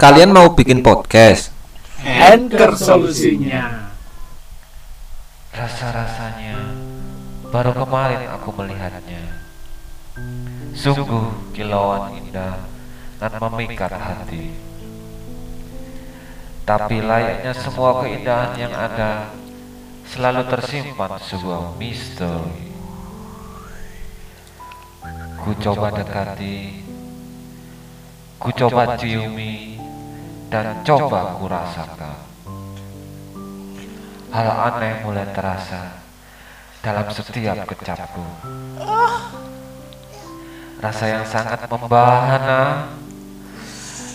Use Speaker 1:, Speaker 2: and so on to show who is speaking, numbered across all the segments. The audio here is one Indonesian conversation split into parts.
Speaker 1: Kalian mau bikin podcast?
Speaker 2: Anchor solusinya.
Speaker 3: Rasa-rasanya baru kemarin aku melihatnya. Sungguh kilauan indah dan memikat hati. Tapi layaknya semua keindahan yang ada selalu tersimpan sebuah misteri. Ku coba dekati, ku coba ciumi, dan coba ku rasakan. Hal aneh mulai terasa dalam setiap kecapku. Rasa yang sangat membahana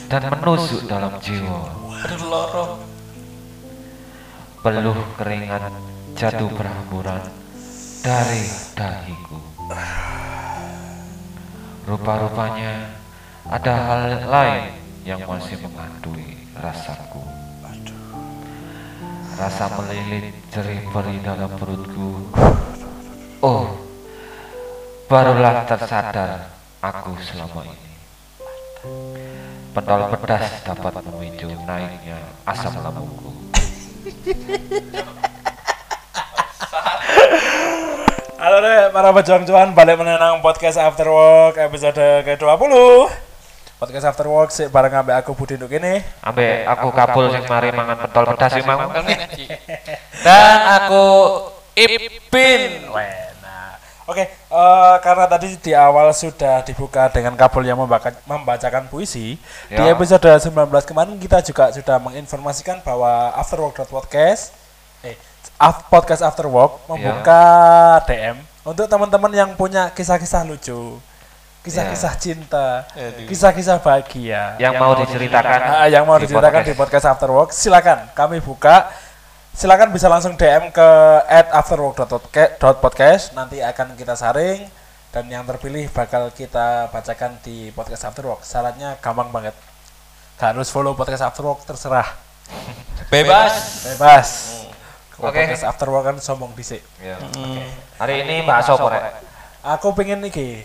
Speaker 3: dan menusuk dalam jiwa. Peluh keringat jatuh berhamburan dari dahiku. Rupa-rupanya ada hal lain yang masih menghantui rasaku. Rasa melilit jerih perih dalam perutku. Oh, barulah tersadar aku selama ini. Pentol pedas dapat memicu naiknya asam lambungku.
Speaker 4: Halo deh para pejuang cuan balik menenang podcast After Work episode ke-20 Podcast After Work sih bareng ambil aku Budi Nuk ini
Speaker 3: Ambe aku kabul sing mari mangan pentol pedas sing mau kan
Speaker 5: Dan aku Ipin.
Speaker 4: Wena Oke, eh, karena tadi di awal sudah dibuka dengan kabul yang membaca- membacakan puisi Di
Speaker 3: Ya.
Speaker 4: episode 19 kemarin kita juga sudah menginformasikan bahwa After Work Podcast eh, Af- Podcast After Work membuka DM untuk teman-teman yang punya kisah-kisah lucu Kisah-kisah cinta, kisah-kisah bahagia
Speaker 3: yang mau diceritakan
Speaker 4: Ah, yang mau
Speaker 3: di
Speaker 4: diceritakan di
Speaker 3: podcast.
Speaker 4: podcast After Work, silakan kami buka. Silakan bisa langsung DM ke @afterwork.podcast nanti akan kita saring dan yang terpilih bakal kita bacakan di podcast After Work. Syaratnya gampang banget. Gak harus follow podcast After Work terserah.
Speaker 5: Bebas.
Speaker 4: Bebas. Kalau
Speaker 3: Hmm. Oke.
Speaker 4: Podcast After Work kan sombong dhisik.
Speaker 3: Ya. Hari ini bakso korek.
Speaker 4: Aku pengen iki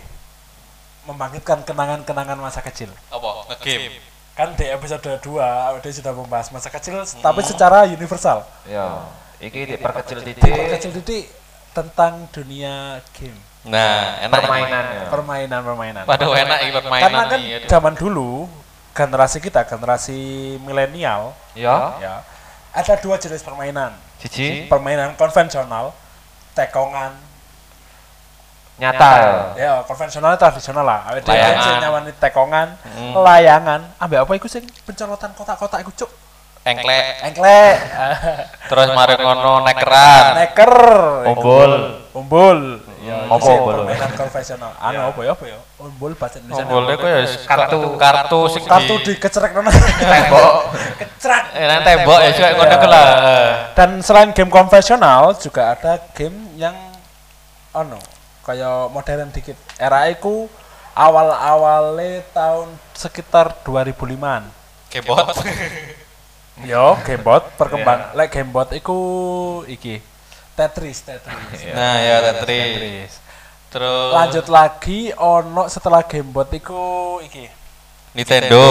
Speaker 4: membangkitkan kenangan-kenangan masa kecil.
Speaker 5: Apa? Ngegame.
Speaker 4: Kan di episode 2 dia sudah membahas masa kecil
Speaker 5: Hmm.
Speaker 4: tapi secara universal.
Speaker 3: Ya. Iki diperkecil titik
Speaker 4: kecil titik tentang dunia game
Speaker 5: Nah, enak.
Speaker 3: permainan ya.
Speaker 4: permainan permainan
Speaker 5: Waduh enak ini
Speaker 4: karena
Speaker 5: permainan
Speaker 4: kan
Speaker 5: ini. aduh.
Speaker 4: zaman dulu generasi kita generasi milenial
Speaker 3: Ya.
Speaker 4: ya ada dua jenis permainan
Speaker 3: Siji
Speaker 4: permainan konvensional tekongan
Speaker 3: nyata. ya.
Speaker 4: ya konvensional tradisional lah awet dhewe
Speaker 5: Layangan.
Speaker 4: sing nyawani tekongan
Speaker 5: Hmm.
Speaker 4: layangan ambek apa iku sing pencolotan kotak-kotak iku cuk
Speaker 5: Engklek.
Speaker 4: engklek
Speaker 5: Terus mari ngono nekeran.
Speaker 4: neker
Speaker 3: Ombol.
Speaker 4: umbul
Speaker 5: Iya,
Speaker 4: ya
Speaker 3: Apa
Speaker 4: iku sih
Speaker 3: umbul?
Speaker 4: permainan konvensional anu apa ya apa ya umbul bahasa Indonesia
Speaker 5: Boleh kok ya wis
Speaker 3: Kartu.
Speaker 5: kartu sing
Speaker 4: kartu
Speaker 5: di-
Speaker 4: dikecerek nona
Speaker 5: tembok.
Speaker 4: kecerak
Speaker 5: Eh, nang tembok ya sik ngono ku lah.
Speaker 4: dan selain game konvensional juga ada game yang ono kayak modern dikit era iku awal awalnya tahun sekitar 2005an
Speaker 5: Kebot.
Speaker 4: yo Ya, gamebot
Speaker 5: Iya.
Speaker 4: perkembang lek gamebot iku iki Tetris Tetris
Speaker 5: Nah, ya Tetris.
Speaker 4: Tetris
Speaker 5: Terus
Speaker 4: lanjut lagi ono setelah gamebot iku iki
Speaker 5: Nintendo.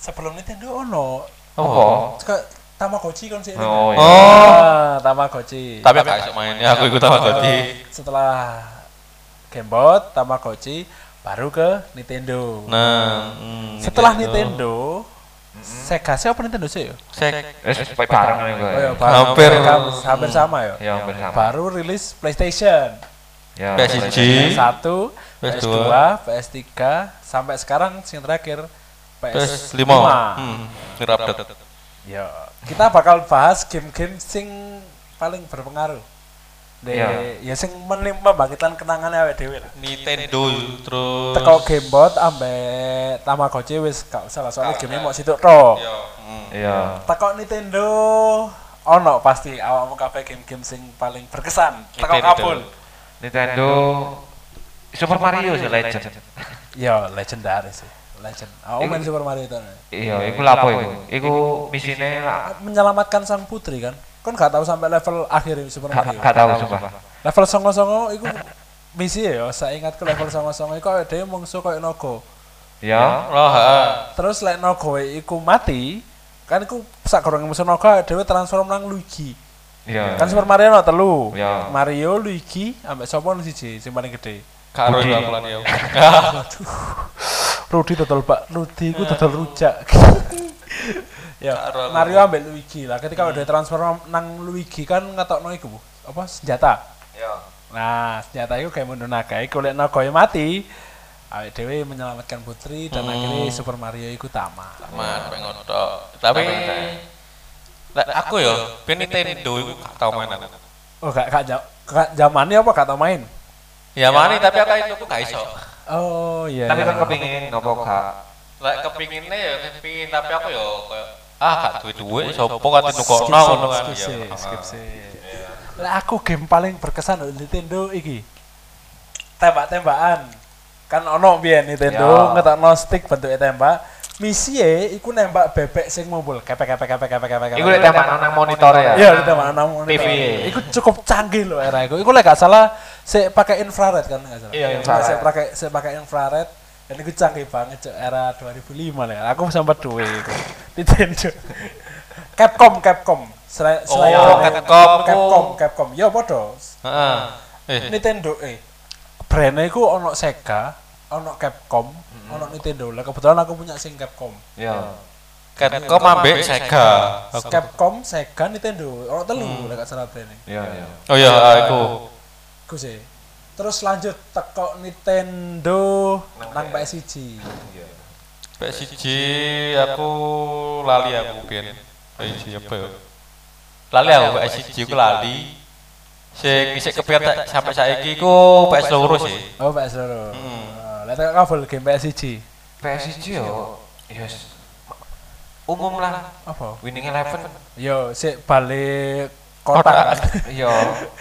Speaker 4: sebelum Nintendo ono
Speaker 3: Apa?
Speaker 4: suka Tamagotchi kan sih
Speaker 3: Oh ya.
Speaker 5: Oh,
Speaker 4: Ah, Tamagotchi
Speaker 5: tapi gak iso mainnya aku ikut Tamagotchi.
Speaker 4: setelah Gamebot, Tamagotchi, baru ke Nintendo.
Speaker 5: Nah, hmm,
Speaker 4: setelah Nintendo, Sega sih apa Nintendo sih? ya?
Speaker 5: Sek.
Speaker 3: Wis pe bareng ya gue.
Speaker 4: Oh, ya,
Speaker 5: Hampir. Iya,
Speaker 4: hampir, hampir sama ya.
Speaker 3: Ya hampir sama.
Speaker 4: Baru rilis PlayStation.
Speaker 3: Ya.
Speaker 5: PS1.
Speaker 4: PS1, PS2,
Speaker 5: PS2,
Speaker 4: PS3, sampai sekarang yang terakhir
Speaker 5: Terus
Speaker 4: PS5.
Speaker 5: lima. Hmm, kira update.
Speaker 4: Ya, kita bakal bahas game-game sing paling berpengaruh. De,
Speaker 3: Ya.
Speaker 4: ya
Speaker 5: Iya.
Speaker 4: sing menim- membangkitkan kenangan awake dhewe lah.
Speaker 5: Nintendo terus
Speaker 4: teko gamebot ambe Tamagotchi wis gak usah lah soalnya game mau situ tok.
Speaker 5: Iya. Hmm.
Speaker 3: Ya.
Speaker 4: Teko Nintendo ono pasti awakmu kabeh game-game sing paling berkesan. Teko
Speaker 5: Nintendo.
Speaker 4: kabul.
Speaker 3: Nintendo Super Mario sih legend.
Speaker 4: Ya legendaris sih. Legend. Aku main Super Mario itu.
Speaker 3: Iya, iku lapo iku? Iku misine lah.
Speaker 4: Menyelamatkan sang putri kan. Kon gak tahu sampai level akhir Super
Speaker 3: Gak
Speaker 4: Mario.
Speaker 3: gak tahu sumpah.
Speaker 4: Level songo-songo iku misi ya, saya ingat ke level songo-songo iku ada yang mungsu koyo naga.
Speaker 3: Ya.
Speaker 5: Roha.
Speaker 4: Terus lek naga iku mati, kan iku sak gorong musuh naga dhewe transform nang Luigi.
Speaker 3: Ya.
Speaker 4: Kan Super Mario ana telu.
Speaker 3: Ya.
Speaker 4: Mario, Luigi, ambek sapa nu siji sing paling gede.
Speaker 5: Karo
Speaker 3: Budi.
Speaker 5: aku lan ya.
Speaker 4: Rudi total Pak, Rudi iku total rujak. ya,
Speaker 5: Karo aku.
Speaker 4: Mario ambek Luigi lah. Ketika udah transform nang Luigi kan ngetokno iku apa senjata.
Speaker 3: Ya.
Speaker 4: Nah, senjata itu kayak mundur naga. Iku lek naga mati, awake dhewe menyelamatkan putri dan akhirnya Super Mario iku tamat.
Speaker 5: Mat pengen tok. Tapi Lek aku ya ben Nintendo iku gak tau main aku.
Speaker 4: Oh, gak gak, ja- gak zamannya apa gak tau main?
Speaker 5: Ya mari tapi aku itu gak iso.
Speaker 4: Oh iya.
Speaker 3: Tapi
Speaker 4: iya.
Speaker 3: kan kepingin nopo kak.
Speaker 5: Lek kepinginnya ya kepingin tapi aku ya kayak ah gak duwe-duwe sapa kan
Speaker 4: Skip,
Speaker 5: tukokno ngono kan.
Speaker 4: skip
Speaker 5: Ya,
Speaker 4: sih,
Speaker 5: ah.
Speaker 4: skip sih. Lah aku game paling berkesan di Nintendo iki. Tembak-tembakan. Kan ono biyen Nintendo
Speaker 3: Ya.
Speaker 4: ngetokno stick bentuke tembak. Misi e iku nembak bebek sing mumbul kepek kepek kepek kepek kepek.
Speaker 3: Iku lihat tempat nang monitor ya.
Speaker 4: Iya, di taman anak
Speaker 3: TV.
Speaker 4: Iku cukup canggih loh era iku. Iku lek gak salah saya pakai infrared kan nggak salah.
Speaker 3: Iya, infrared.
Speaker 4: Saya pakai saya pakai infrared dan iku canggih banget cok era 2005 lah. Aku sempat duwe iku. Nintendo. Capcom, Capcom. Selain
Speaker 5: Oh,
Speaker 4: Capcom,
Speaker 5: Capcom.
Speaker 4: Capcom, Capcom. Ya podo.
Speaker 5: Heeh. Eh,
Speaker 4: Nintendo eh brandnya iku ono Sega, ono Capcom, ono Nintendo. Lah kebetulan aku punya sing Capcom.
Speaker 3: Iya.
Speaker 5: Capcom ambek kan Sega.
Speaker 4: Capcom, Sega, Nintendo. Ono telu lek gak salah brandnya.
Speaker 3: Iya. Iya.
Speaker 5: Oh iya, aku.
Speaker 4: Iku sih. ya. Terus lanjut teko Nintendo nang PS1.
Speaker 5: PS1 aku lali aku biyen. PS1 apa ya? Lali aku PS1 ku lali. Sing isih kepiar tak- sampai saiki ku PS loro sih.
Speaker 4: Oh PS loro.
Speaker 5: Hmm.
Speaker 4: Oh, Lah teko kabel game PS1.
Speaker 3: PSG yo. Yes. Umum lah.
Speaker 4: Apa?
Speaker 3: Winning Eleven.
Speaker 4: Yo sik balik kotak.
Speaker 3: Iya.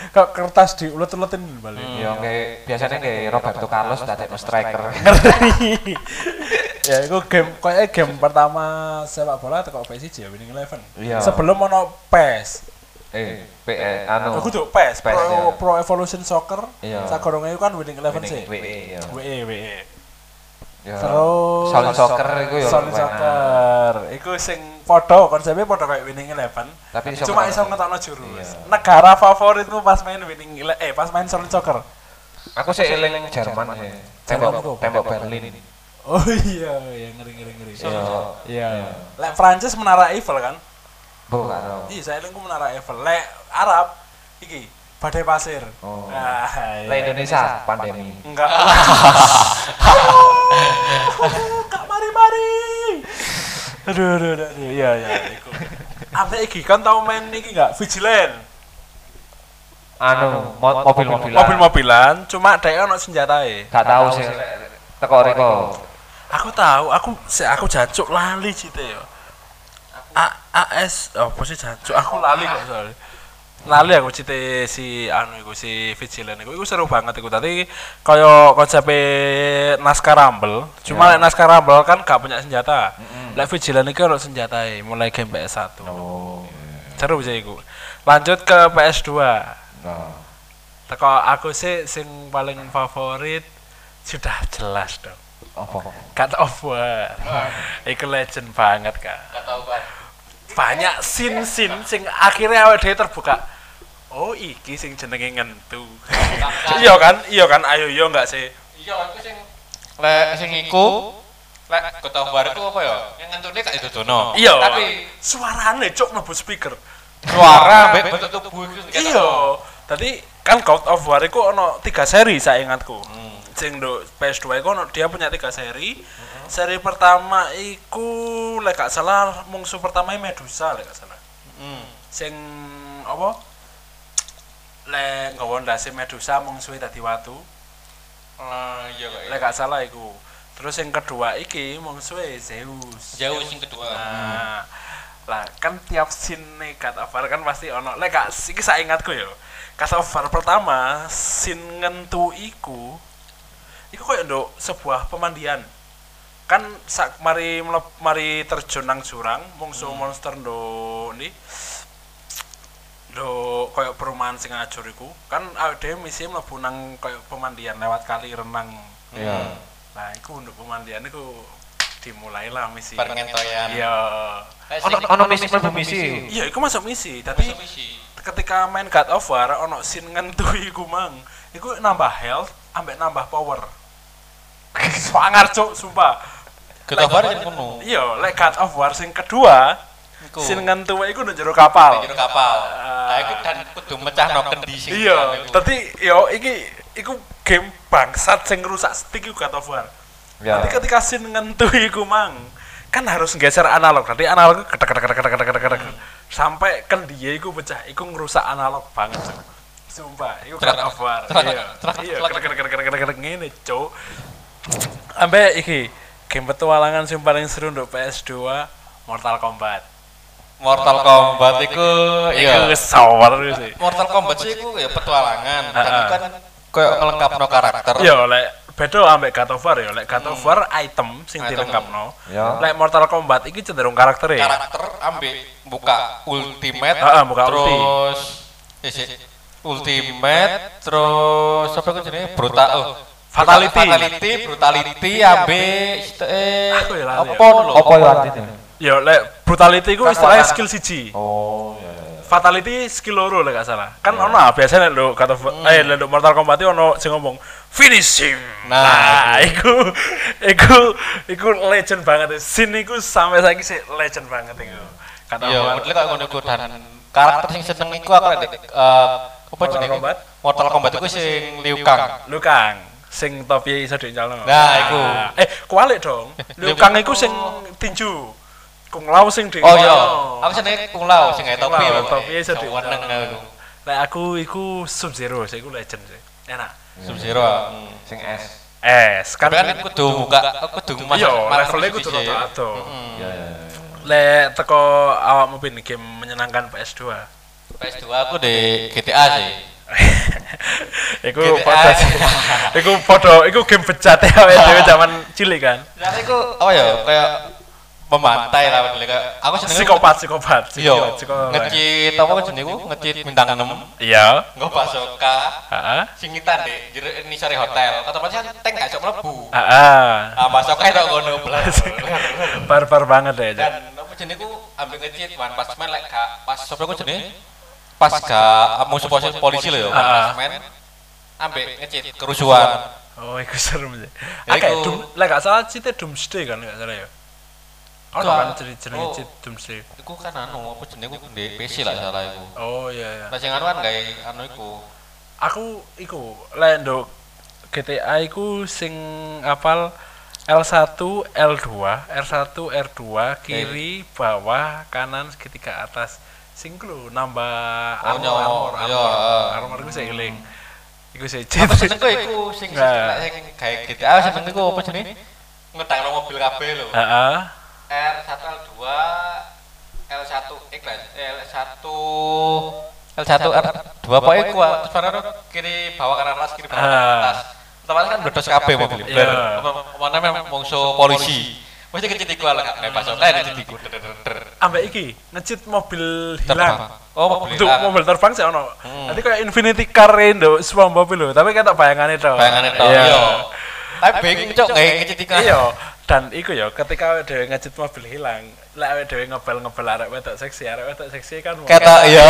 Speaker 4: Kok kertas diulet-uletin balik.
Speaker 3: Iya kayak biasanya kayak Roberto Carlos dadekno striker.
Speaker 4: Ngeri. ya iku game koyoke game pertama sepak bola teko PS1 ya Winning Eleven.
Speaker 3: Iya.
Speaker 4: Sebelum ono PES.
Speaker 3: Eh, PE anu.
Speaker 4: Aku tuh PES,
Speaker 3: PES,
Speaker 4: Pro,
Speaker 3: iya.
Speaker 4: Pro Evolution Soccer.
Speaker 3: Iya.
Speaker 4: Sagorongnya itu kan Winning Eleven
Speaker 3: Winning
Speaker 4: sih. E,
Speaker 3: WE ya.
Speaker 4: WE WE.
Speaker 3: Ya.
Speaker 4: Terus
Speaker 3: Solid Soccer iku ya
Speaker 4: Solid
Speaker 3: lumayan.
Speaker 4: Soccer. Iku sing podo konsepnya podo kayak Winning Eleven.
Speaker 3: Tapi iso
Speaker 4: cuma
Speaker 3: ngetokno-
Speaker 4: iso ngetokno jurus.
Speaker 3: Iya.
Speaker 4: Negara favoritmu pas main Winning Ele- eh pas main Solid Soccer.
Speaker 3: Aku sih eling Jerman sih.
Speaker 4: Jerman apa?
Speaker 3: Tembok tembok Berlin.
Speaker 4: Oh iya, iya ngeri ngeri ngeri.
Speaker 3: Iya.
Speaker 4: Iya. Lek Prancis Menara Eiffel kan?
Speaker 3: Bu karo.
Speaker 4: Iya, saya lingku Menara Eiffel. Lek Arab iki Badai Pasir.
Speaker 3: Oh.
Speaker 4: Nah, iya.
Speaker 3: Lah Indonesia pandemi.
Speaker 4: Enggak. Aduh, Kak mari-mari. Aduh, aduh, aduh, aduh. Iya, iya. iku. Apa iki kan tau main iki enggak? Vigilant.
Speaker 3: Anu, mo- mobil-mobilan.
Speaker 4: Mobil-mobilan, cuma dhek ono e. senjatae.
Speaker 3: Gak tahu sih. Teko reko.
Speaker 4: Aku tahu, aku se- aku jancuk lali cite yo. A AS oh, apa sih jancuk? Aku lali kok soalnya. Lali aku cite si anu iku si Vigilant iku. Iku seru banget iku. Tadi kaya konsepnya naskah Rumble.
Speaker 3: Ya.
Speaker 4: Cuma lek naskah Rumble kan gak punya senjata. Lek Vigilant iku ono senjatae mulai game PS1.
Speaker 3: Oh.
Speaker 4: Seru sih iku. Lanjut ke PS2.
Speaker 3: Nah.
Speaker 4: Teko aku sih sing paling favorit sudah jelas dong.
Speaker 3: Apa?
Speaker 4: Cut of War. Iku legend banget, Kak. Banyak sin-sin sing akhirnya awake dhewe terbuka. Oh, iki sing jenenge ngentu. iya kan? Iya kan? Ayo yo enggak sih?
Speaker 5: Iya, aku sing lek sing iku lek kota bariku apa ya? Yang ngentune gak didodono.
Speaker 4: Iya.
Speaker 5: Oh, Tapi
Speaker 4: suarane cuk mlebu speaker.
Speaker 5: suara mbek bentuk tubuh iku sing ketok.
Speaker 4: Iya. Tadi kan God of War iku ono 3 seri saya ingatku. Sing do PS2 iku ono dia punya 3 seri. Seri pertama iku lek gak salah mungsu pertama Medusa lek gak salah.
Speaker 5: Hmm.
Speaker 4: sing apa lek nggawa ndase medusa mung suwe dadi watu
Speaker 5: Eh, iya kok.
Speaker 4: lek gak salah iku terus yang kedua iki mung suwe Zeus
Speaker 5: Jauh sing kedua.
Speaker 4: nah lah kan tiap scene God of War kan pasti ono lek gak iki saya ingatku yo God of War pertama scene ngentu iku iku koyo nduk sebuah pemandian kan sak mari melep- mari terjun nang jurang mungsu monster nduk ni do koyo perumahan sing ajur iku kan awake dhewe misi
Speaker 5: Hmm.
Speaker 4: mlebu nang koyo pemandian lewat kali renang
Speaker 3: Iya.
Speaker 4: Nah, iku untuk pemandian iku dimulailah misi.
Speaker 5: Bar ngentoyan.
Speaker 4: Iya.
Speaker 5: Kayak
Speaker 3: Ono
Speaker 5: sing-
Speaker 3: ono misi mlebu misi.
Speaker 4: Iya, iku masuk misi. Tapi
Speaker 5: Masuk misi.
Speaker 4: ketika main God of War ono scene ngentui iku mang. Iku nambah health ambek nambah power. Swangar cuk, sumpah.
Speaker 5: Kita bar yang kuno.
Speaker 4: Iya, lek God of War sing kedua,
Speaker 5: Iku.
Speaker 4: scene ngentui iku nang jero kapal.
Speaker 5: Jero kapal. Nah, iku dan kudu mecah no kendi sing.
Speaker 4: Iya, tapi yo iki iku game bangsat sing rusak stick iku God of War.
Speaker 3: Ya.
Speaker 4: Nanti ketika scene ngentui iku mang, kan harus geser analog. Nanti analog ketek ketek ketek ketek ketek ketek sampai kendia iku pecah. Iku ngerusak analog banget. Cuk. Sumpah, iku God of War.
Speaker 5: Truk,
Speaker 4: Iya,
Speaker 5: truk,
Speaker 4: iya,
Speaker 5: truk.
Speaker 4: ketek ketek ketek ketek ketek ngene, Cuk. Ambe iki game petualangan sing paling seru untuk PS2 Mortal Kombat.
Speaker 5: Mortal Kombat iku
Speaker 4: Iku
Speaker 5: iya.
Speaker 4: wis sawer wis, sih.
Speaker 5: Mortal Kombat sih iku ya petualangan. Dan
Speaker 4: Ah, ah.
Speaker 5: iku kan koyo ngelengkapno karakter.
Speaker 4: Yo Iya, lek beda ambek God of War yo lek God of War item sing
Speaker 5: Hmm. Item. Iya.
Speaker 4: dilengkapno.
Speaker 3: Ya.
Speaker 4: Lek Mortal Kombat iki cenderung karaktere.
Speaker 5: karakter ambek buka ultimate
Speaker 4: Ah, ah, buka ulti.
Speaker 5: terus eh, sih. ultimate terus apa itu jenenge brutal oh.
Speaker 4: Fatality.
Speaker 5: fatality brutality ambek eh
Speaker 4: Aku ya lali ya.
Speaker 5: apa lho
Speaker 3: Apa yo artine?
Speaker 4: Yo lek brutality iku istilahnya skill siji.
Speaker 3: Oh, ya ya. ya.
Speaker 4: Fatality skill loro lek gak salah. Kan ono ah, biasanya lek lo kata eh lek lo Mortal Kombat itu ono sing ngomong finish him.
Speaker 5: Nah,
Speaker 4: Nah, iku iku iku legend banget. Sin iku sampai saiki sih legend banget iku. Kata
Speaker 5: iya
Speaker 4: Omar.
Speaker 5: model kok ngono iku dan karakter sing seneng iku aku lek eh, apa
Speaker 4: Mortal
Speaker 5: jenenge
Speaker 4: Kombat?
Speaker 5: Mortal Kombat iku sing Liu Kang
Speaker 4: Lu Kang sing topi iso diincalno.
Speaker 5: Nah, iku.
Speaker 4: Eh, kualik dong. Liu Kang iku sing tinju. Kung Lao sing di.
Speaker 5: oh iya aku senenge Kung Lao sing ngetok
Speaker 4: Kung Lao,
Speaker 5: topi
Speaker 4: topi
Speaker 5: topi
Speaker 4: sedih.
Speaker 5: seneng aku
Speaker 4: Lek aku iku Sub Zero, sih iku legend sih. Enak.
Speaker 5: sub zero hmm.
Speaker 3: Sing S.
Speaker 4: Es Eh, kan.
Speaker 5: Tapi kan kudu buka kudu
Speaker 4: Iya,
Speaker 5: masuk
Speaker 4: levelnya kudu
Speaker 5: siji.
Speaker 4: rada ado.
Speaker 3: Ya ya. ya.
Speaker 4: Lek teko awakmu pin game menyenangkan PS2.
Speaker 5: PS2 aku di GTA sih.
Speaker 4: iku
Speaker 5: GTA.
Speaker 4: padha
Speaker 5: Ah.
Speaker 4: iku padha iku game bejat ya awake dhewe zaman cilik kan.
Speaker 5: Dan aku apa ya kayak pembantai lah modelnya, kayak aku seneng
Speaker 4: Psikopat, psikopat, psikopat,
Speaker 5: Iya,
Speaker 4: psikopat.
Speaker 5: ngecit apa jenenge ku ngecit bintang 6.
Speaker 4: Iya. Ah,
Speaker 5: Nggo basoka
Speaker 4: Heeh.
Speaker 5: singitan deh jero ini sore hotel. Kata pancen tank gak iso mlebu.
Speaker 4: Heeh.
Speaker 5: Ah basoka itu ngono blas.
Speaker 4: Barbar banget ya. Cok.
Speaker 5: Dan apa jenenge ku ambil ngecit one pas men lek gak pas sapa ku jenenge? Pas gak musuh polisi- polisi lho ya, one
Speaker 4: Ah.
Speaker 5: pas men ambek ngecit kerusuhan.
Speaker 4: Oh, iku serem sih.
Speaker 5: Ya,
Speaker 4: Oke,
Speaker 5: iku.
Speaker 4: Doom, lah gak salah cite Doomsday kan gak salah ya. Ono
Speaker 5: Gak.
Speaker 4: kan jenenge
Speaker 5: Oh.
Speaker 4: cit Doomsday.
Speaker 5: Iku kan anu apa jenenge ku di PC lah salah iku.
Speaker 4: Oh iya iya.
Speaker 5: Nah sing anu kan gawe anu iku.
Speaker 4: Aku iku lek nduk GTA iku sing apal L1, L2, R1, R2, kiri, bawah, kanan, segitiga atas. Sing ku lho, nambah armor,
Speaker 5: nyawa.
Speaker 4: armor,
Speaker 5: Iya,
Speaker 4: armor,
Speaker 5: heeh.
Speaker 4: armor iku sing eling. Iku sing
Speaker 5: Apa
Speaker 4: cit.
Speaker 5: seneng ku iku sing sing
Speaker 4: Nah.
Speaker 5: lek sing gawe GTA seneng iku apa jenenge? Ngedangno mobil kabeh lho.
Speaker 4: Heeh.
Speaker 5: R1 L2 L1 eh lah, L1 L1 R2 apa iku ah? terus baru ada kiri bawah kanan atas kiri bawah kanan
Speaker 4: Ah.
Speaker 5: atas. Otomatis kan meledos kabeh mobil.
Speaker 4: Iya.
Speaker 5: Bener. Kemana memang mungsu polisi. Mesti kecil iku lah gak basoka kecil iku. Der, der, der.
Speaker 4: Ambek iki, ngecit mobil hilang.
Speaker 5: Terbang. Oh mobil
Speaker 4: Untuk
Speaker 5: hilang. Hmm.
Speaker 4: mobil terbang sih ono. Nanti kayak Infinity Car Indo semua mobil lho, tapi kayak tak bayangannya to.
Speaker 5: Bayangannya tok.
Speaker 4: Iya.
Speaker 5: Iya. Tapi bingung cok gawe ngecit iku.
Speaker 4: Iya. Dan iku ya ketika awake dhewe ngejit mobil hilang, lek awake dhewe ngebel-ngebel arek wedok seksi, arek wedok seksi kan
Speaker 5: Kata iya.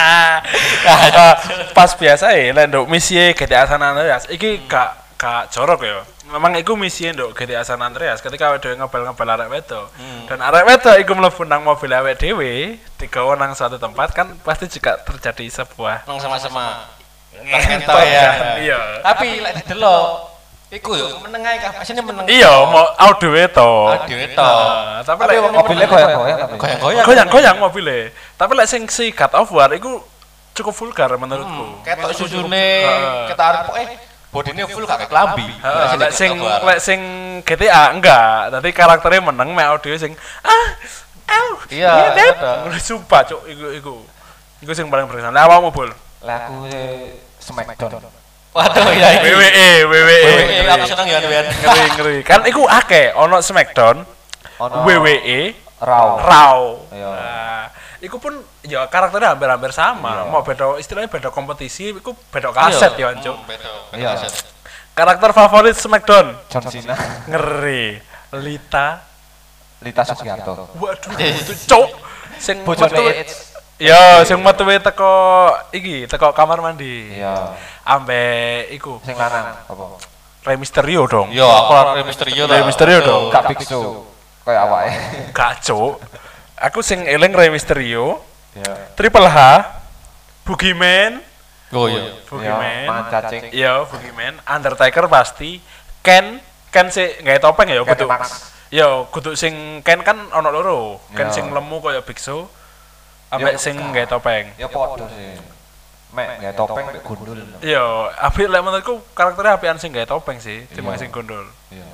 Speaker 4: Ah, pas biasa ya, lek nduk misi GTA San Andreas iki gak gak jorok ya. Memang iku misi e nduk GTA San Andreas ketika awake dhewe ngebel-ngebel arek wedok. Dan arek wedok iku mlebu nang mobil awake dhewe, digawa nang suatu tempat kan pasti juga terjadi sebuah
Speaker 5: Nang sama-sama.
Speaker 4: Ngentot,
Speaker 5: Ternyata ya.
Speaker 4: kan? Iya.
Speaker 5: Tapi lek didelok iku yo meneng ae kah? Pasine meneng.
Speaker 4: Iya, mau audio to.
Speaker 5: Adewe to.
Speaker 4: Nah, tapi
Speaker 5: Tapi
Speaker 4: lek
Speaker 5: wong
Speaker 3: Mobilnya koyak-koyak tapi.
Speaker 5: Goyang-goyang.
Speaker 4: goyang-goyang mobilnya. e. Tapi lek sing si God of War iku cukup vulgar menurutku.
Speaker 5: Ketok susune,
Speaker 4: Heeh.
Speaker 5: ketarik pokoke eh, bodine full gak kayak klambi.
Speaker 4: Heeh,
Speaker 5: Lek
Speaker 4: lek sing
Speaker 5: keluar.
Speaker 4: lek sing GTA enggak, tapi karakternya meneng mek audio sing ah au.
Speaker 5: Iya,
Speaker 4: Dep.
Speaker 5: ada.
Speaker 4: Ngono, sumpah cuk iku iku. Iku sing paling berkesan. Lah awakmu bol.
Speaker 3: Lah aku eh, Smackdown.
Speaker 5: Waduh ya iki.
Speaker 4: WWE, WWE.
Speaker 5: WWE, Aku seneng ya Wen.
Speaker 4: E. Ngeri ngeri. Kan iku akeh ono SmackDown,
Speaker 3: Ono
Speaker 5: Oh.
Speaker 4: WWE,
Speaker 3: E. Raw.
Speaker 4: Raw.
Speaker 3: Iya.
Speaker 4: Nah, iku pun ya karakternya hampir-hampir sama. Mau beda istilahnya beda kompetisi, iku beda kaset ya Anjo.
Speaker 5: Hmm, beda, beda
Speaker 3: Iya.
Speaker 5: kaset.
Speaker 4: Karakter favorit Smackdown.
Speaker 3: John Cena.
Speaker 4: Ngeri. Lita.
Speaker 3: Lita Sugiarto.
Speaker 4: Waduh, itu cok. Eh. Sing
Speaker 3: Bojone
Speaker 4: metu.
Speaker 3: It's.
Speaker 4: Ya, sing metuwe teko iki, teko kamar mandi.
Speaker 3: Iya.
Speaker 4: Ambe iku
Speaker 3: Sing lanang apa?
Speaker 4: Rey Mysterio dong.
Speaker 5: Yo, Iya, aku lari misterio
Speaker 4: Rey Mysterio dong.
Speaker 3: Kak Biksu. Kayak awake.
Speaker 4: Gak cok. Aku sing eling Rey Mysterio,
Speaker 3: Iya.
Speaker 4: Triple H, Boogeyman,
Speaker 5: Oh iya.
Speaker 3: Iya, mangan
Speaker 4: Boogeyman.
Speaker 3: cacing.
Speaker 4: Yo, Boogeyman, Undertaker pasti, Ken, Ken sih nggak topeng ya,
Speaker 3: Ken
Speaker 4: kudu.
Speaker 3: Max.
Speaker 4: Yo, kudu sing Ken kan ono loro, Ken
Speaker 3: Iya.
Speaker 4: sing lemu koyo biksu, ambek
Speaker 3: Yo,
Speaker 4: sing
Speaker 3: Kak.
Speaker 4: nggak topeng.
Speaker 3: Ya podo sih. Mek nggak topeng mek gundul.
Speaker 4: Yo, apik lek menurutku karakternya apian sing nggak topeng sih, timbang
Speaker 3: Iya.
Speaker 4: sing gondol.
Speaker 3: Iya.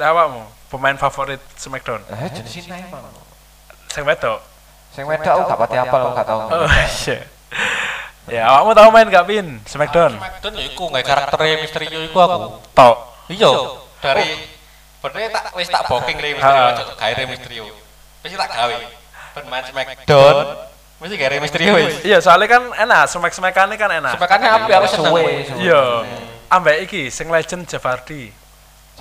Speaker 4: Lah awakmu, pemain favorit Smackdown?
Speaker 3: Eh, jenis Cina emang.
Speaker 4: Sing wedok.
Speaker 3: Sing wedok aku gak pati apal, aku gak tau.
Speaker 4: Oh, iya. Ya, awakmu tau main gak pin Ah, Smackdown?
Speaker 5: Dan ya iku nggak karakternya misterio iku aku.
Speaker 4: Tok.
Speaker 5: Iya. Dari bener tak wis tak booking Rey
Speaker 4: Ah.
Speaker 5: Mysterio, cok gawe Rey Mysterio. Wis tak gawe. Ben main Smackdown, mesti gawe Rey Mysterio wis.
Speaker 4: Iya, soalnya kan enak, smack-smackannya kan enak.
Speaker 5: Makane api aku seneng.
Speaker 4: Iya. Ambek iki sing legend Javardi,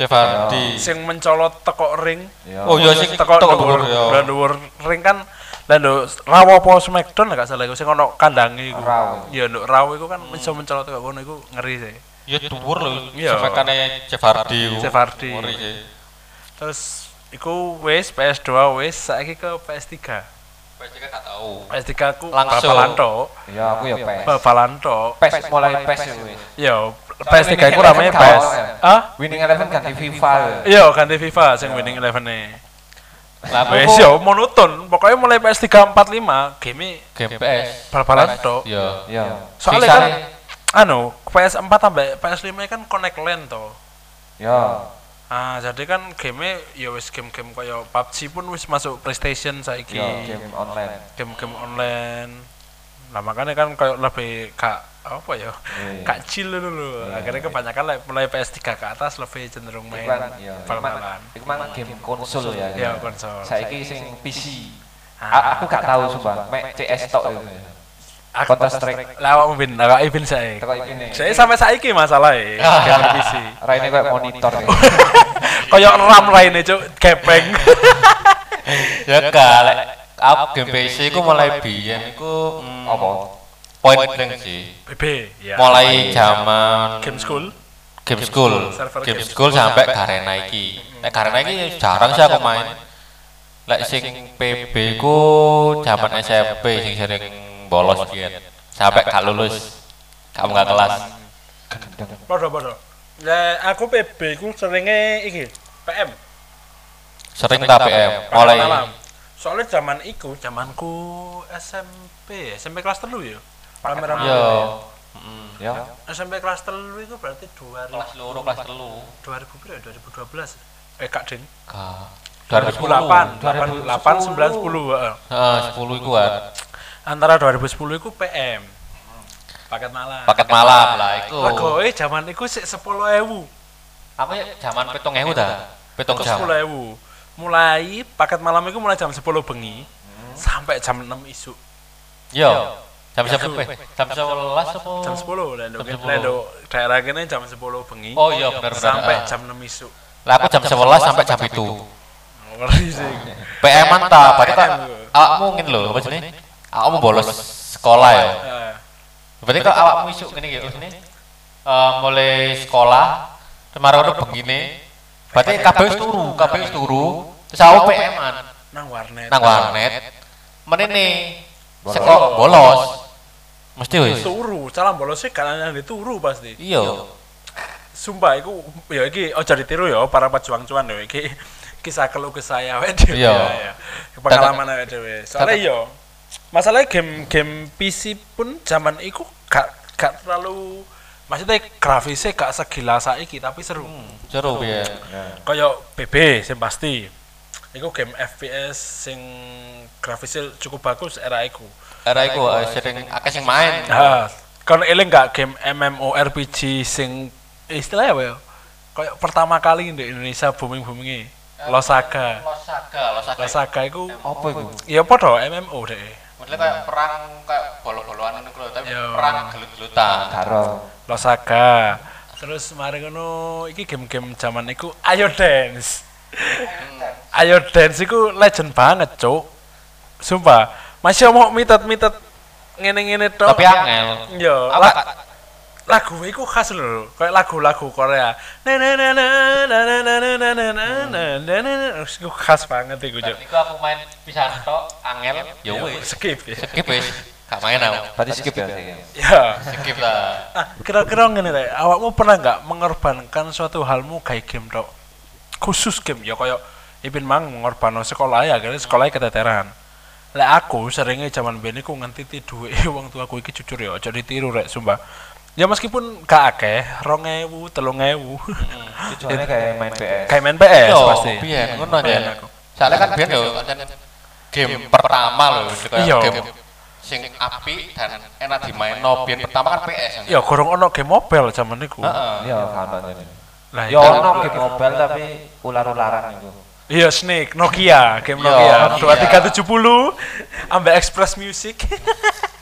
Speaker 5: Jevardi.
Speaker 4: sing mencolot tekok ring.
Speaker 3: Ya,
Speaker 5: Oh iya sing
Speaker 4: Tekok
Speaker 5: tekok
Speaker 4: dhuwur, lan dhuwur ring kan lan nduk rawo apa Smackdown gak salah iku sing ono kandange iku.
Speaker 3: Raw.
Speaker 4: Iya, nduk rawo iku
Speaker 5: Hmm.
Speaker 4: kan iso mencolot tekok kono iku ngeri sih.
Speaker 5: Ya dhuwur lho.
Speaker 4: Iya.
Speaker 5: Makane Jevardi. iku.
Speaker 4: Jevardi.
Speaker 5: Ngeri sih.
Speaker 4: Terus iku wis PS2 wis saiki ke PS3.
Speaker 5: Wis iki gak tau.
Speaker 4: PS3 aku
Speaker 5: Langsung.
Speaker 4: babalan tok,
Speaker 3: Iya, aku ya pes.
Speaker 4: babalan tok.
Speaker 3: Pes mulai pes ya wis.
Speaker 4: Yo, PS3
Speaker 3: winning
Speaker 4: iku ramai
Speaker 3: eleven kaos
Speaker 4: PS.
Speaker 3: ya?
Speaker 4: Hah?
Speaker 3: Winning Eleven ganti FIFA. lho.
Speaker 4: Iya, ganti FIFA sing winning eleven e.
Speaker 5: Lah
Speaker 4: Wes
Speaker 5: aku
Speaker 4: yo monoton, pokoknya mulai PS3 45 game
Speaker 5: GPS.
Speaker 4: bal-balan tok.
Speaker 5: Iya.
Speaker 3: Iya.
Speaker 4: Soalnya kan
Speaker 5: Sisane-
Speaker 4: anu, PS4 tambah PS5 kan connect LAN to.
Speaker 3: Iya.
Speaker 4: Ah, jadi kan game ya wis game-game kaya PUBG pun wis masuk PlayStation saiki.
Speaker 3: Iya, game online.
Speaker 4: Game-game online. Nah, makanya kan kayak lebih kak apa ya?
Speaker 3: Iya.
Speaker 4: Kak chill dulu lho. Akhirnya kebanyakan lah, mulai PS3 ke atas lebih cenderung main
Speaker 3: Iku kan, iya. Iku kan-
Speaker 4: bal-balan.
Speaker 3: iku kan game konsol ya.
Speaker 4: Iya, konsol.
Speaker 3: Saiki sing PC.
Speaker 4: Ah.
Speaker 3: A- aku gak tahu sumpah, mek CS tok ya.
Speaker 4: Aku
Speaker 3: Counter Strike.
Speaker 4: lawak mbin, lawak ibin saya.
Speaker 3: Tekok iki nih.
Speaker 4: Saya sampai saiki masalahe game PC.
Speaker 3: Raine kayak monitor. ya.
Speaker 4: Kayak RAM lainnya cuk, gepeng.
Speaker 5: Ya galak. Aku game PC ku mulai biyen ku mm,
Speaker 3: Apa?
Speaker 5: point blank sih.
Speaker 4: BB, ya.
Speaker 5: Mulai zaman
Speaker 4: game school.
Speaker 5: game school,
Speaker 4: Server
Speaker 5: game
Speaker 4: game
Speaker 5: school sampai Garena iki. Nek Garena iki jarang sih aku main. Lek sing PB ku zaman SMP sing sering bolos gitu. Sampai gak lulus. Kamu gak kelas.
Speaker 4: Padha-padha. Ya, aku PB ku seringnya iki, PM.
Speaker 5: Sering tak PM mulai
Speaker 4: malam. Soalnya zaman iku, zamanku SMP, SMP kelas telu ya. Pamer
Speaker 5: yo
Speaker 3: Ya.
Speaker 4: SMP kelas telu itu berarti 2000,
Speaker 5: loro kelas telu.
Speaker 4: 2000 berapa? ya? 2012. Oh. Eh Kak Din,
Speaker 5: Ka.
Speaker 4: 2008, 2008, 9,
Speaker 3: 2010.
Speaker 4: 10. heeh.
Speaker 5: Heeh, 10 iku kan.
Speaker 4: Antara 2010 itu PM. Paket malam.
Speaker 5: Paket malam lah iku.
Speaker 4: Lego eh zaman iku sik 10.000.
Speaker 5: Aku ya zaman 7000 ta. 7000
Speaker 4: Terus
Speaker 5: jam.
Speaker 4: 10.000. Mulai paket malam itu mulai jam 10 bengi
Speaker 5: Hmm.
Speaker 4: sampai jam 6 isuk.
Speaker 5: Yo. Jam berapa? Jam 11 apa?
Speaker 4: Jam 10 lendo
Speaker 5: Oh. Jam 10.
Speaker 4: lendo daerah kene jam 10 bengi
Speaker 5: Oh iya bener bener.
Speaker 4: sampai
Speaker 5: Ah.
Speaker 4: jam 6 isuk.
Speaker 5: Lah aku jam 11 sampai jam 7.
Speaker 4: Ngeri sih. iku.
Speaker 5: PM an ta, berarti tak
Speaker 4: PM.
Speaker 5: awakmu ngene lho, apa jenenge? Awakmu bolos sekolah ya.
Speaker 4: Eh,
Speaker 5: Berarti kok awakmu isuk ngene iki ngene. Eh mulai sekolah, kemarin udah begini. Berarti kabeh wis turu, kabeh wis turu. Terus aku PM an
Speaker 4: nang warnet.
Speaker 5: nang warnet. Menene
Speaker 3: Bolos.
Speaker 5: sekolah bolos. Mesti wis.
Speaker 4: Turu, salah bolos sih karena yang dituru pasti.
Speaker 5: Iya.
Speaker 4: Sumpah iku ya iki aja ditiru ya para pejuang cuan ya iki kisah keluh kesah ya wae dhewe.
Speaker 5: Iya.
Speaker 4: ya, ya. Pengalaman awake dhewe. Soale yo masalah game-game PC pun zaman iku gak gak terlalu maksudnya grafisnya gak segila saiki tapi seru.
Speaker 5: Hmm. Seru piye.
Speaker 4: Kaya BB sing pasti. Iku game FPS sing grafisnya cukup bagus era iku.
Speaker 5: Era iku eh, sering akeh sing main.
Speaker 4: Ah, kon eling gak game MMORPG sing istilahnya apa ya? Kayak pertama kali di Indonesia booming-boomingnya Losaga.
Speaker 5: Losaga, Losaga.
Speaker 4: Losaga iku
Speaker 3: Apa iku?
Speaker 4: ya padha MMO deh.
Speaker 5: Maksudnya kayak perang kayak bolo-boloan itu loh, tapi
Speaker 4: Iya.
Speaker 5: perang gelut-gelutan.
Speaker 3: Karo.
Speaker 4: Losaga. Terus mari ngono iki game-game zaman iku Ayo Dance. Ayo Dance iku legend banget, Cuk. Sumpah. Masih mau mitet-mitet ngene-ngene tok.
Speaker 5: Tapi angel.
Speaker 4: Yo, Iya,
Speaker 5: Apa
Speaker 4: la- lagu iku khas lho, kayak lagu-lagu Korea. Na na na na na na na na na na na na na na na. Iku khas banget iku, Cuk.
Speaker 5: Niku aku main pisan tok angel ya wis.
Speaker 4: Skip ya.
Speaker 5: Skip wis. Gak main aku.
Speaker 3: Tadi skip ya saya.
Speaker 4: Ya.
Speaker 5: Skip lah.
Speaker 4: Ah, kira-kira ngene rek, awakmu pernah nggak mengorbankan suatu halmu kayak game tok? Khusus game ya koyo Ibin Mang mengorbankan sekolah ya, akhirnya sekolahnya keteteran. Lek aku seringnya zaman biyen iku ngentiti duwe wong tuaku iki jujur ya, aja ditiru rek, sumpah. Ya meskipun gak akeh, 2000,
Speaker 5: Hmm.
Speaker 4: 3000.
Speaker 3: Tujuannya ya. kayak main PS.
Speaker 4: Kayak main PS
Speaker 5: Yo,
Speaker 4: pasti.
Speaker 5: biyen ngono
Speaker 4: Biyen
Speaker 5: ya.
Speaker 4: aku.
Speaker 5: Soalnya kan biyen yo kan game pertama lho itu
Speaker 4: Iya.
Speaker 5: kayak game sing apik dan enak dimainno biyen pertama kan PS.
Speaker 4: Ya gorong ono game mobile zaman iku.
Speaker 5: Heeh.
Speaker 3: Iya, kanan ini.
Speaker 4: Lah
Speaker 3: Ya,
Speaker 4: iya.
Speaker 3: ono game mobile tapi ular-ularan itu.
Speaker 4: Iya Snake, Nokia, game
Speaker 5: Iya,
Speaker 4: Nokia.
Speaker 5: Nokia.
Speaker 4: 2370 ambek Express Music.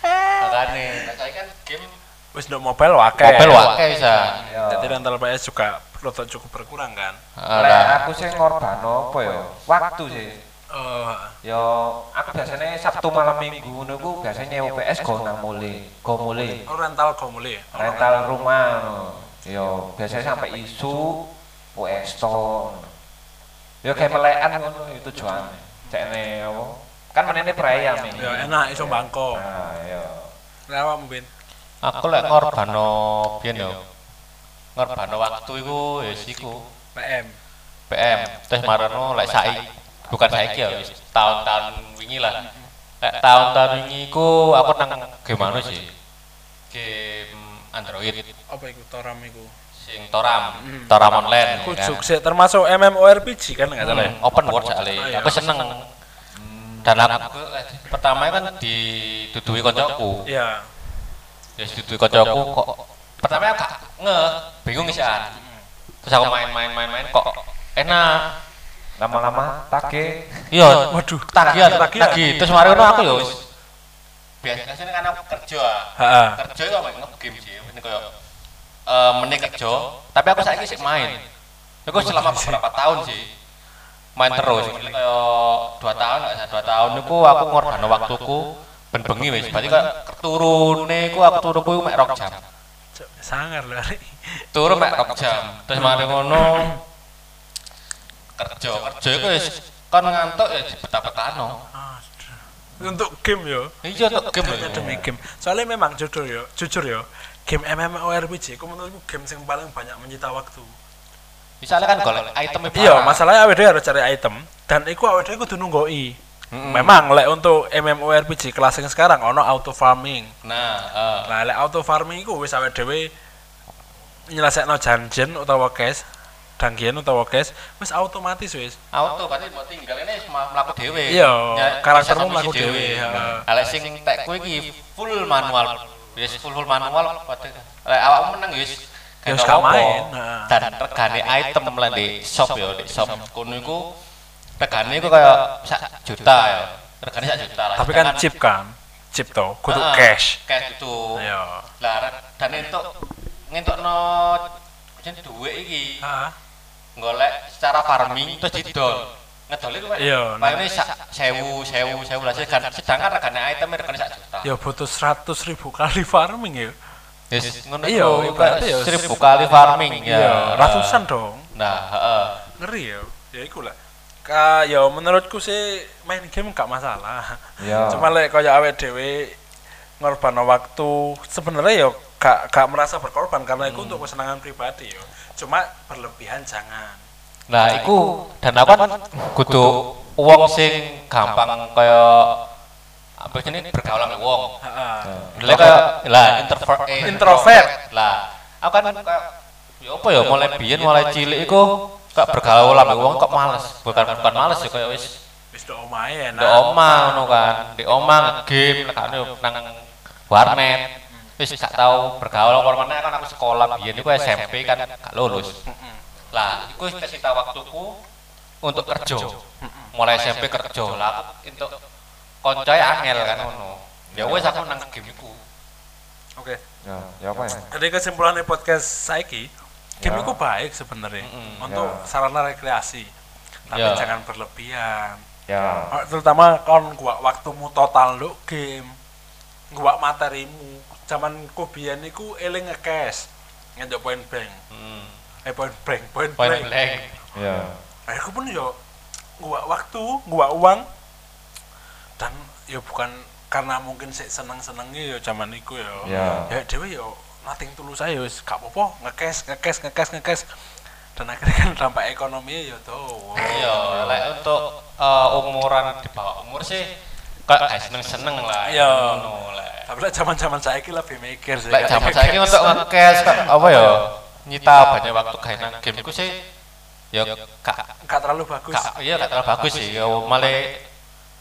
Speaker 5: Makane, nah, saya kan game
Speaker 4: Wis ndok mobile wakai.
Speaker 5: Opel wae bisa.
Speaker 3: Ya.
Speaker 4: Jadi rental PS juga produk cukup berkurang kan?
Speaker 5: Ora.
Speaker 3: Lek aku sih ngorbano apa ya? Waktu sih.
Speaker 4: Oh,
Speaker 3: Ya, aku biasanya Sabtu malam Minggu ngono iku biasanya nyewa PS go nang mule, go mule.
Speaker 4: oh rental kok mulai ya?
Speaker 3: Rental rumah ngono. Ya, biasanya sampai isu PS to. Ya kayak melekan ngono itu tujuannya. Cekne apa? Kan menene prayam ini.
Speaker 4: Ya enak, iso bangko.
Speaker 3: Nah, ya.
Speaker 4: Rawa mungkin.
Speaker 5: Aku lek ngorbano biyen yo. Ngorbano waktu iku ya siku
Speaker 4: PM.
Speaker 5: PM terus marano lek saiki. Bukan saiki ya wis tahun-tahun wingi lah. Lek tahun-tahun wingi iku aku nang game anu sih. Game Android
Speaker 4: Apa iku Toram iku?
Speaker 5: sing Toram, Toram online. ya kan.
Speaker 4: Kujuk sih termasuk MMORPG kan enggak salah. ya?
Speaker 5: Hmm, open world soalnya.
Speaker 4: Oh, iya.
Speaker 5: Aku seneng. Dan aku eh, pertama kan didudui koncoku.
Speaker 4: Iya.
Speaker 5: ya situ kocokku kok pertama aku gak nge bingung sih An. terus aku main-main main-main kok enak
Speaker 3: Lama-lama tage
Speaker 5: iya
Speaker 4: Waduh,
Speaker 5: tagihan
Speaker 4: tagihan.
Speaker 5: lagi terus mari ngono aku ya wis biasanya kan aku kerja
Speaker 4: Heeh.
Speaker 5: kerja itu apa nge-game sih ini kayak eh, menit kerja tapi aku saiki sih main aku selama beberapa tahun sih main terus Mungkin kayak dua tahun nggak salah dua tahun itu aku ngorbanin waktuku ben bengi wis berarti kayak turune aku aku turu ku mek rok jam
Speaker 4: Cuk, Sangar lho. Ari.
Speaker 5: turu mek rong jam terus mari ngono kerja kerja iku wis kon ngantuk ya dibetah-betahno
Speaker 4: Aduh. Untuk game yo.
Speaker 5: iya tok game lho
Speaker 4: Hanya demi game. Soalnya memang jujur yo, jujur yo. Game MMORPG ku menurutku game yang paling banyak menyita waktu.
Speaker 5: misalnya kan golek item
Speaker 4: Iya, masalahnya awet harus cari item dan iku awet kudu nunggoi. Memang lek untuk MMORPG kelas yang sekarang ono auto farming.
Speaker 5: nah eh,
Speaker 4: Lah lek auto farming iku wis awake dhewe nyelesekno janjen utawa cash, danggian utawa cash wis otomatis wis.
Speaker 5: Nah, auto berarti mau tinggal ini cuma mlaku dhewe
Speaker 4: Iya,
Speaker 5: Ya,
Speaker 4: karaktermu
Speaker 5: bisa
Speaker 4: mlaku
Speaker 5: misi
Speaker 4: dhewe, heeh.
Speaker 5: Nah, lek sing tekku iki full manual wis full full manual padha lek awakmu meneng ya wis
Speaker 4: Ya,
Speaker 5: gak
Speaker 4: wis
Speaker 5: tau
Speaker 4: gak main,
Speaker 5: apa.
Speaker 4: nah.
Speaker 5: dan regane item lah di shop ya di shop kono iku regane iku kaya sak juta ya regane sak juta lah
Speaker 4: Tapi kan
Speaker 5: Sedangkan-
Speaker 4: chip Ah. kan. Chip to, kudu
Speaker 5: Heeh,
Speaker 4: cash.
Speaker 5: cash itu
Speaker 4: Iya.
Speaker 5: lah re- dan entuk ngentokno jeneng dhuwit iki
Speaker 4: Heeh.
Speaker 5: golek secara farming terus didol ngedol itu kan
Speaker 4: Iya, nah.
Speaker 5: paling sak sewu sewu sewu lah sedangkan sedangkan regane item regane sak juta
Speaker 4: Ya butuh 100 ribu kali farming ya.
Speaker 5: yes ngono
Speaker 4: Iya,
Speaker 5: iku,
Speaker 4: berarti ya
Speaker 5: seribu kali farming ya
Speaker 4: Iya, ratusan dong.
Speaker 5: nah heeh
Speaker 4: Ngeri ya. Ya iku lah. Ka, ya menurutku sih main game gak masalah.
Speaker 3: Ya.
Speaker 4: Cuma lek kaya awet dhewe ngorban waktu sebenarnya ya gak gak merasa berkorban karena
Speaker 3: Hmm.
Speaker 4: itu untuk kesenangan pribadi ya. Cuma berlebihan jangan.
Speaker 5: nah iku dan aku kan kudu wong sing gampang kaya apa jenenge bergaul sama wong
Speaker 4: Heeh.
Speaker 5: Lah kaya lah introvert eh,
Speaker 4: Introvert.
Speaker 5: Lah, aku kan kaya ya apa ya mulai biyen mulai cilik iku kok bergaul sama wong kok males. Bukan bukan males ya kaya wis
Speaker 4: Wis do omahe
Speaker 5: di oma ngono kan. Di oma game lekane kan, yo nang warnet. Wis gak tau bergaul apa meneh kan aku sekolah biyen iku SMP kan gak lulus. Lah, iku wis tersita waktuku untuk kerja. Mulai SMP kerja lah aku untuk koncoe angel kan ngono. Ya wis aku nang gameku.
Speaker 4: Oke.
Speaker 3: Ya, ya apa ya?
Speaker 4: Jadi kesimpulannya podcast saiki, game
Speaker 3: Ya. Hmm.
Speaker 4: itu baik sebenarnya
Speaker 5: Mm-mm.
Speaker 4: untuk
Speaker 3: Ya.
Speaker 4: sarana rekreasi. tapi
Speaker 5: Ya.
Speaker 4: jangan berlebihan
Speaker 3: ya
Speaker 4: Oh, terutama kon gua waktumu total lo game gua materimu zaman kubian iku eling ngecash ngendok poin bank
Speaker 5: Hmm.
Speaker 4: eh poin bank poin
Speaker 5: Point
Speaker 4: bank
Speaker 5: blank.
Speaker 3: ya
Speaker 4: Nah, aku pun yo gua waktu, gua uang dan yo bukan karena mungkin sik seneng-senenge yo zaman iku yo.
Speaker 3: Ya.
Speaker 4: Ya dhewe yo nating tulus saya wis gak apa-apa, ngekes ngekes ngekes ngekes. Dan akhirnya kan dampak ekonomi yo tuh.
Speaker 5: Iya, lek untuk eh, umuran di bawah umur sih kayak seneng-seneng lah.
Speaker 4: Iya.
Speaker 5: Ngono, lek.
Speaker 4: Tapi lek zaman-zaman saiki lebih mikir sih.
Speaker 5: Lek zaman saiki untuk nge-cash kok apa ya nyita banyak waktu gawe nang game iku sih ya gak
Speaker 4: gak terlalu bagus.
Speaker 5: gak iya gak terlalu bagus sih. Ya malah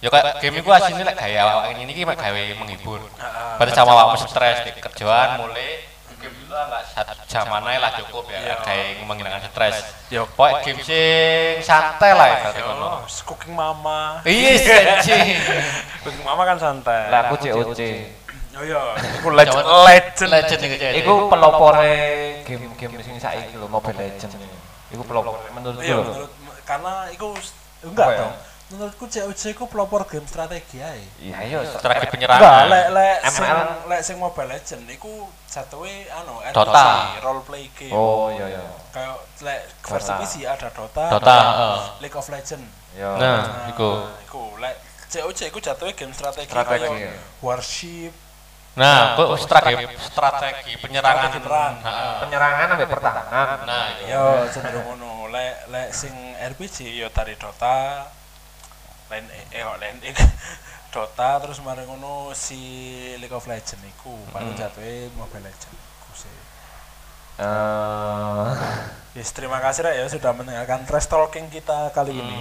Speaker 5: ya kayak game iku asline lek gawe awak ngene iki mek gawe menghibur.
Speaker 4: Heeh.
Speaker 5: Pada ah. sama awakmu stres di kerjaan mulai game itu lah nggak satu Iya. jam mana lah cukup
Speaker 4: Iya.
Speaker 5: ya kayak menghilangkan stres.
Speaker 4: Yo
Speaker 5: Pokoknya game sing santai lah ya.
Speaker 4: yo, cooking mama.
Speaker 5: Iya, anjing.
Speaker 4: Cooking mama kan santai.
Speaker 3: lah aku COC
Speaker 4: Yo yo, iku legend
Speaker 5: Zaman-
Speaker 4: legend.
Speaker 5: Legend iki. Cek.
Speaker 3: Iku pelopore game-game sing saiki lho Mobile Legends. Iku pelopore menurutku
Speaker 4: Iya
Speaker 3: lho.
Speaker 4: menurut karena itu enggak
Speaker 3: Apa ya?
Speaker 4: dong. Menurutku COC ku pelopor game strategi ae.
Speaker 3: Iya ayo.
Speaker 5: strategi
Speaker 4: Enggak,
Speaker 5: penyerangan.
Speaker 4: lek lek
Speaker 3: ML.
Speaker 4: sing lek sing Mobile Legend iku jatuhe anu RPC,
Speaker 5: Dota.
Speaker 4: role play game.
Speaker 3: Oh iya iya.
Speaker 4: Kayak lek versi
Speaker 3: Dota.
Speaker 4: PC ada Dota,
Speaker 5: Dota.
Speaker 4: League of Legend.
Speaker 3: Iya.
Speaker 5: eh. Nah, iku.
Speaker 4: iku lek COC iku jatuhe game strategi,
Speaker 3: Strategi,
Speaker 4: kayak
Speaker 3: ya.
Speaker 4: Warship,
Speaker 5: Nah, kok strategi strategi penyerangan.
Speaker 4: Strategi perang.
Speaker 5: Heeh.
Speaker 3: Penyerangan sampai pertahanan.
Speaker 5: Nah, iya.
Speaker 4: yo cenderung ngono. Lek lek sing RPG yo ya tari Dota. Lain eh eh, kok lain eh. Dota terus mari ngono si League of Legends iku baru jatuhe Mobile Legends iku sih.
Speaker 3: Eh,
Speaker 4: Yes, terima kasih Rek ya sudah mendengarkan trash talking kita kali ini.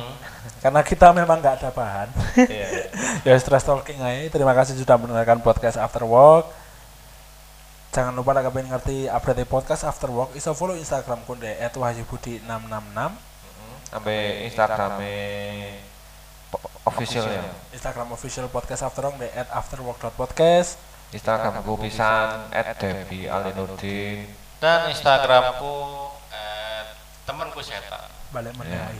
Speaker 4: Karena kita memang nggak ada bahan. ya yes, trash talking aja. Terima kasih sudah mendengarkan podcast After Work. Jangan lupa lek pengen ngerti update podcast After Work iso follow Instagram ku ndek @wahyubudi666.
Speaker 3: sampai Instagrame po- official ya.
Speaker 4: Instagram official podcast After Work di @afterwork.podcast.
Speaker 3: Instagram ku pisan @debi_alinudin.
Speaker 5: Dan Instagramku eh, temanku setan.
Speaker 4: Balik meneh lagi.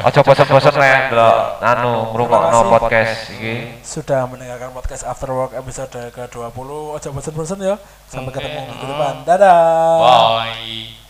Speaker 3: Aja bosen-bosen rek ndelok anu ngrungokno podcast iki.
Speaker 4: Sudah mendengarkan podcast After Work episode ke-20. Ojo bosen-bosen ya. Sampai ketemu minggu depan. Dadah.
Speaker 5: Bye.